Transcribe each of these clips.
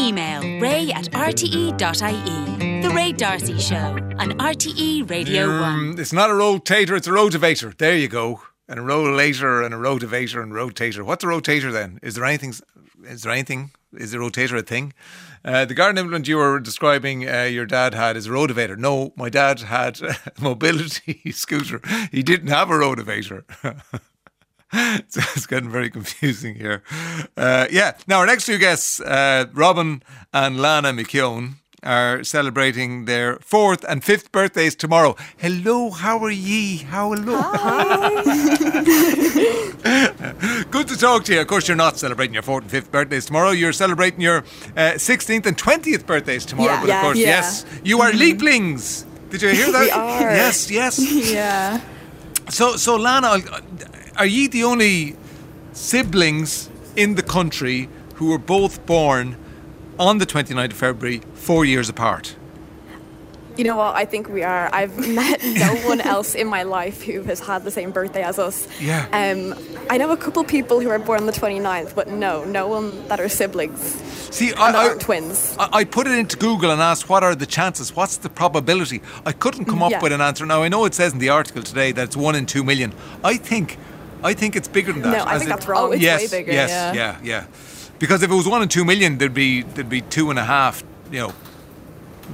Email ray at E rte.ie. E. The Ray Darcy Show on RTE Radio 1. Um, it's not a rotator, it's a rotavator. There you go. And a rollator and a rotavator and rotator. What's a rotator then? Is there anything? Is there anything? Is a rotator a thing? Uh, the garden implement you were describing, uh, your dad had is a rotavator. No, my dad had a mobility scooter. He didn't have a rotavator. so it's getting very confusing here. Uh, yeah. Now, our next two guests, uh, Robin and Lana McKeown, are celebrating their fourth and fifth birthdays tomorrow. Hello, how are ye? How hello? Good to talk to you. Of course, you're not celebrating your fourth and fifth birthdays tomorrow. You're celebrating your uh, 16th and 20th birthdays tomorrow. Yeah. but of Yeah. course, Yeah. Mm-hmm. yes, you are leaplings. Did you hear that? We are. Yes, yes. Yeah. So, so Lana, I'll- are ye the only siblings in the country who were both born on the 29th of February, four years apart? You know what? I think we are. I've met no one else in my life who has had the same birthday as us. Yeah. Um, I know a couple people who are born on the 29th, but no, no one that are siblings. See, I, that I- aren't twins. I, I put it into Google and asked, "What are the chances? What's the probability?" I couldn't come up Yeah. with an answer. Now I know it says in the article today that it's one in two million. I think, I think it's bigger than that. No, I as think it- that's wrong. Oh, it's yes, way bigger, yes, yeah. yeah, yeah. Because if it was one in two million, there'd be there'd be two and a half. You know.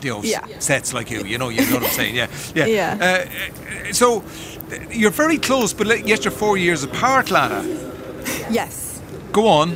You know, s- Yeah. sets like you, you know, you know what I'm saying, yeah, yeah. Uh, Yeah. uh, so th- you're very close, but like, yet you're four years apart, Lana. Uh, Yes. Go on.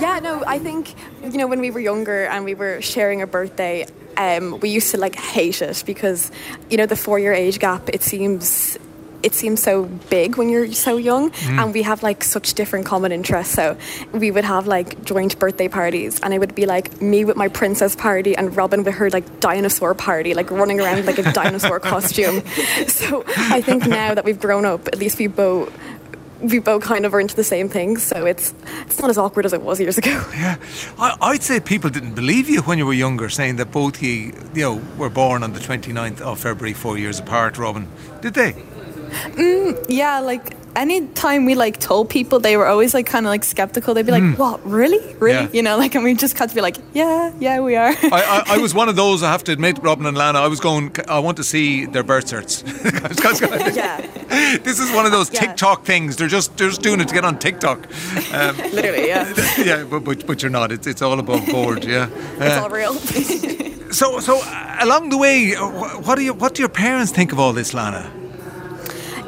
Yeah, no, I think, you know, when we were younger and we were sharing a birthday, um, we used to like hate it because, you know, the four year age gap, it seems. It seems so big when you're so young, and we have like such different common interests. So we would have like joint birthday parties, and it would be like me with my princess party and Robin with her like dinosaur party, like running around with, like a dinosaur costume. So I think now that we've grown up, at least we both we both kind of are into the same things. So it's it's not as awkward as it was years ago. Yeah, I, I'd say people didn't believe you when you were younger, saying that both you, you know, were born on the 29th of February, four years apart. Robin, did they? Yeah, like anytime we like told people, they were always like kind of like skeptical. They'd be like, "What? Really? Really?" Yeah. You know, like, and we just had to be like, "Yeah, yeah, we are." I, I, I was one of those. I have to admit, Robin and Lana. I was going. I want to see their birth certs. 'Cause- 'cause- Yeah, this is one of those Yeah. TikTok things. They're just they're just doing it to get on TikTok. Um, Literally, yeah. yeah, but, but but you're not. It's it's all above board. Yeah. it's Uh, all real. so so uh, along the way, uh, wh- what do you what do your parents think of all this, Lana?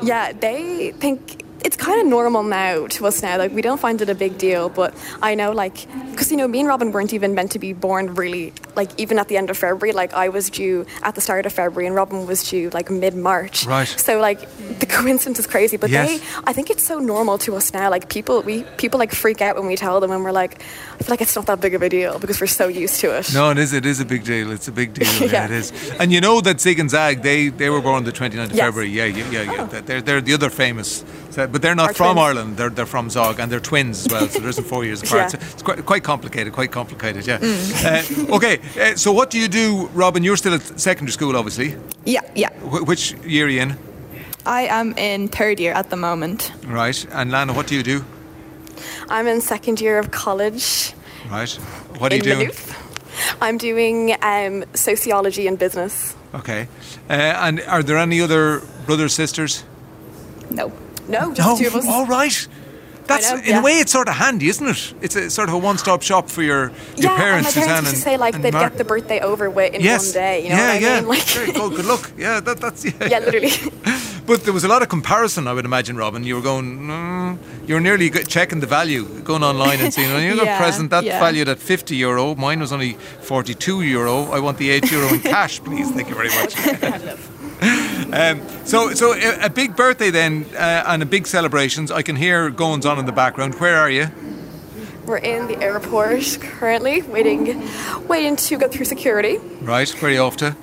yeah, they think it's kind of normal now to us now. Like we don't find it a big deal, but I know like because you know me and Robin weren't even meant to be born really like even at the end of February. Like I was due at the start of February and Robin was due like mid March. Right. So like the coincidence is crazy, but Yes. they I think it's so normal to us now. Like people we people like freak out when we tell them and we're like I feel like it's not that big of a deal because we're so used to it. No, it is. It is a big deal. It's a big deal. yeah. Yeah. it is. And you know that Zig and Zag, they, they were born the 29th of Yes. February. Yeah, yeah, yeah. yeah. That- They're, they're the other famous, so- but they're not Are from twins. Ireland. They're, they're from Zog, and they're twins as well. So there isn't four years apart. Yeah. Mm. So it's quite, quite complicated. Quite complicated. Yeah. Uh, okay. Uh, so what do you do, Robin? You're still at secondary school, obviously. yeah, yeah. Wh- which year are you in? I am in third year at the moment. Right. And Lana, what do you do? I'm in second year of college Right. What are in you doing? Maynooth. I'm doing um, sociology and business. Okay. Uh, and are there any other brothers, sisters? No. No, just two of us. Oh, All right. That's know, in yeah. a way it's sort of handy, isn't it? It's a sort of a one-stop shop for your your yeah, parents, and my Suzanne parents used to and- say like and they'd Mark. get the birthday over with in yes. one day. You know yeah, what I yeah. mean? Like, Very good. Good luck. Yeah, that, that's yeah. yeah, literally. But there was a lot of comparison, I would imagine, Robin. You were going, mm, you were nearly g- checking the value, going online and seeing, oh, you got Yeah, present that yeah. valued at 50 euro. Mine was only 42 euro. I want the 8 euro in cash, please. Thank you very much. um, so, so a, a big birthday then, uh, and a big celebrations. I can hear goings on in the background. Where are you? We're in the airport currently, waiting, waiting to go through security. Right, where are you off to?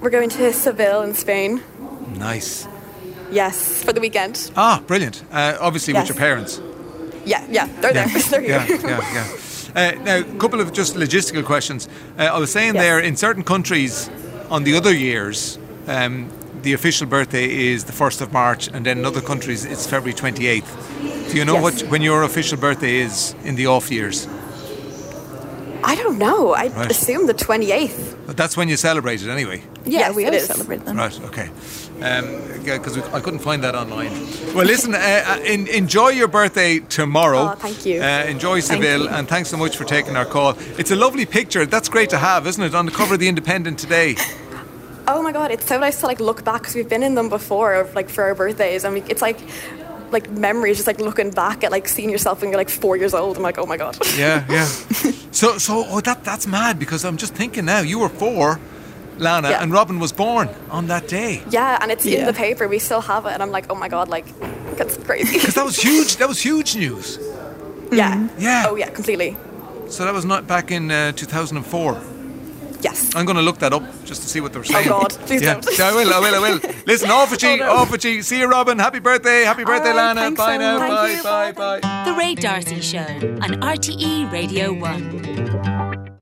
We're going to Seville in Spain. Nice. Yes, for the weekend. Ah, brilliant. Uh, obviously, Yes. with your parents. Yeah, yeah, they're there. They're yeah, here. yeah, yeah. Uh, now, a couple of just logistical questions. Uh, I was saying Yes. there, in certain countries, on the other years, um, the official birthday is the 1st of March, and then in other countries, it's February 28th. Do you know Yes. what when your official birthday is in the off years? I don't know. I Right. assume the 28th. But that's when you celebrate it anyway. Yeah, Yes, we it always is. celebrate them. Right. Okay. Um, Because I couldn't find that online. Well, listen. Uh, uh, en enjoy your birthday tomorrow. Oh, thank you. Uh, enjoy Seville, and thanks so much for taking our call. It's a lovely picture. That's great to have, isn't it? On the cover of the Independent today. Oh my god, it's so nice to like look back because we've been in them before, of, like for our birthdays, and we, it's like like memories, just like looking back at like seeing yourself when you're like four years old. I'm like, oh my god. Yeah, yeah. so, so oh, that that's mad because I'm just thinking now. You were four, Lana, Yeah. and Robin was born on that day. Yeah, and it's in Yeah. the paper. We still have it, and I'm like, oh my god, like that's crazy. Because that was huge. That was huge news. yeah. Yeah. Oh yeah, completely. So that was not back in uh, 2004. Yes. I'm going to look that up just to see what they're Oh saying. god, please Yeah. don't. Oh, Yeah, I will, I will, I will. Listen, off with you, no. Oh, off with you. See you, Robin. Happy birthday, happy birthday, right, Lana. thanks Bye so now, much. bye, Thank you, bye, bye, bye, bye. E The Ray Darcy Show on RTE Radio 1.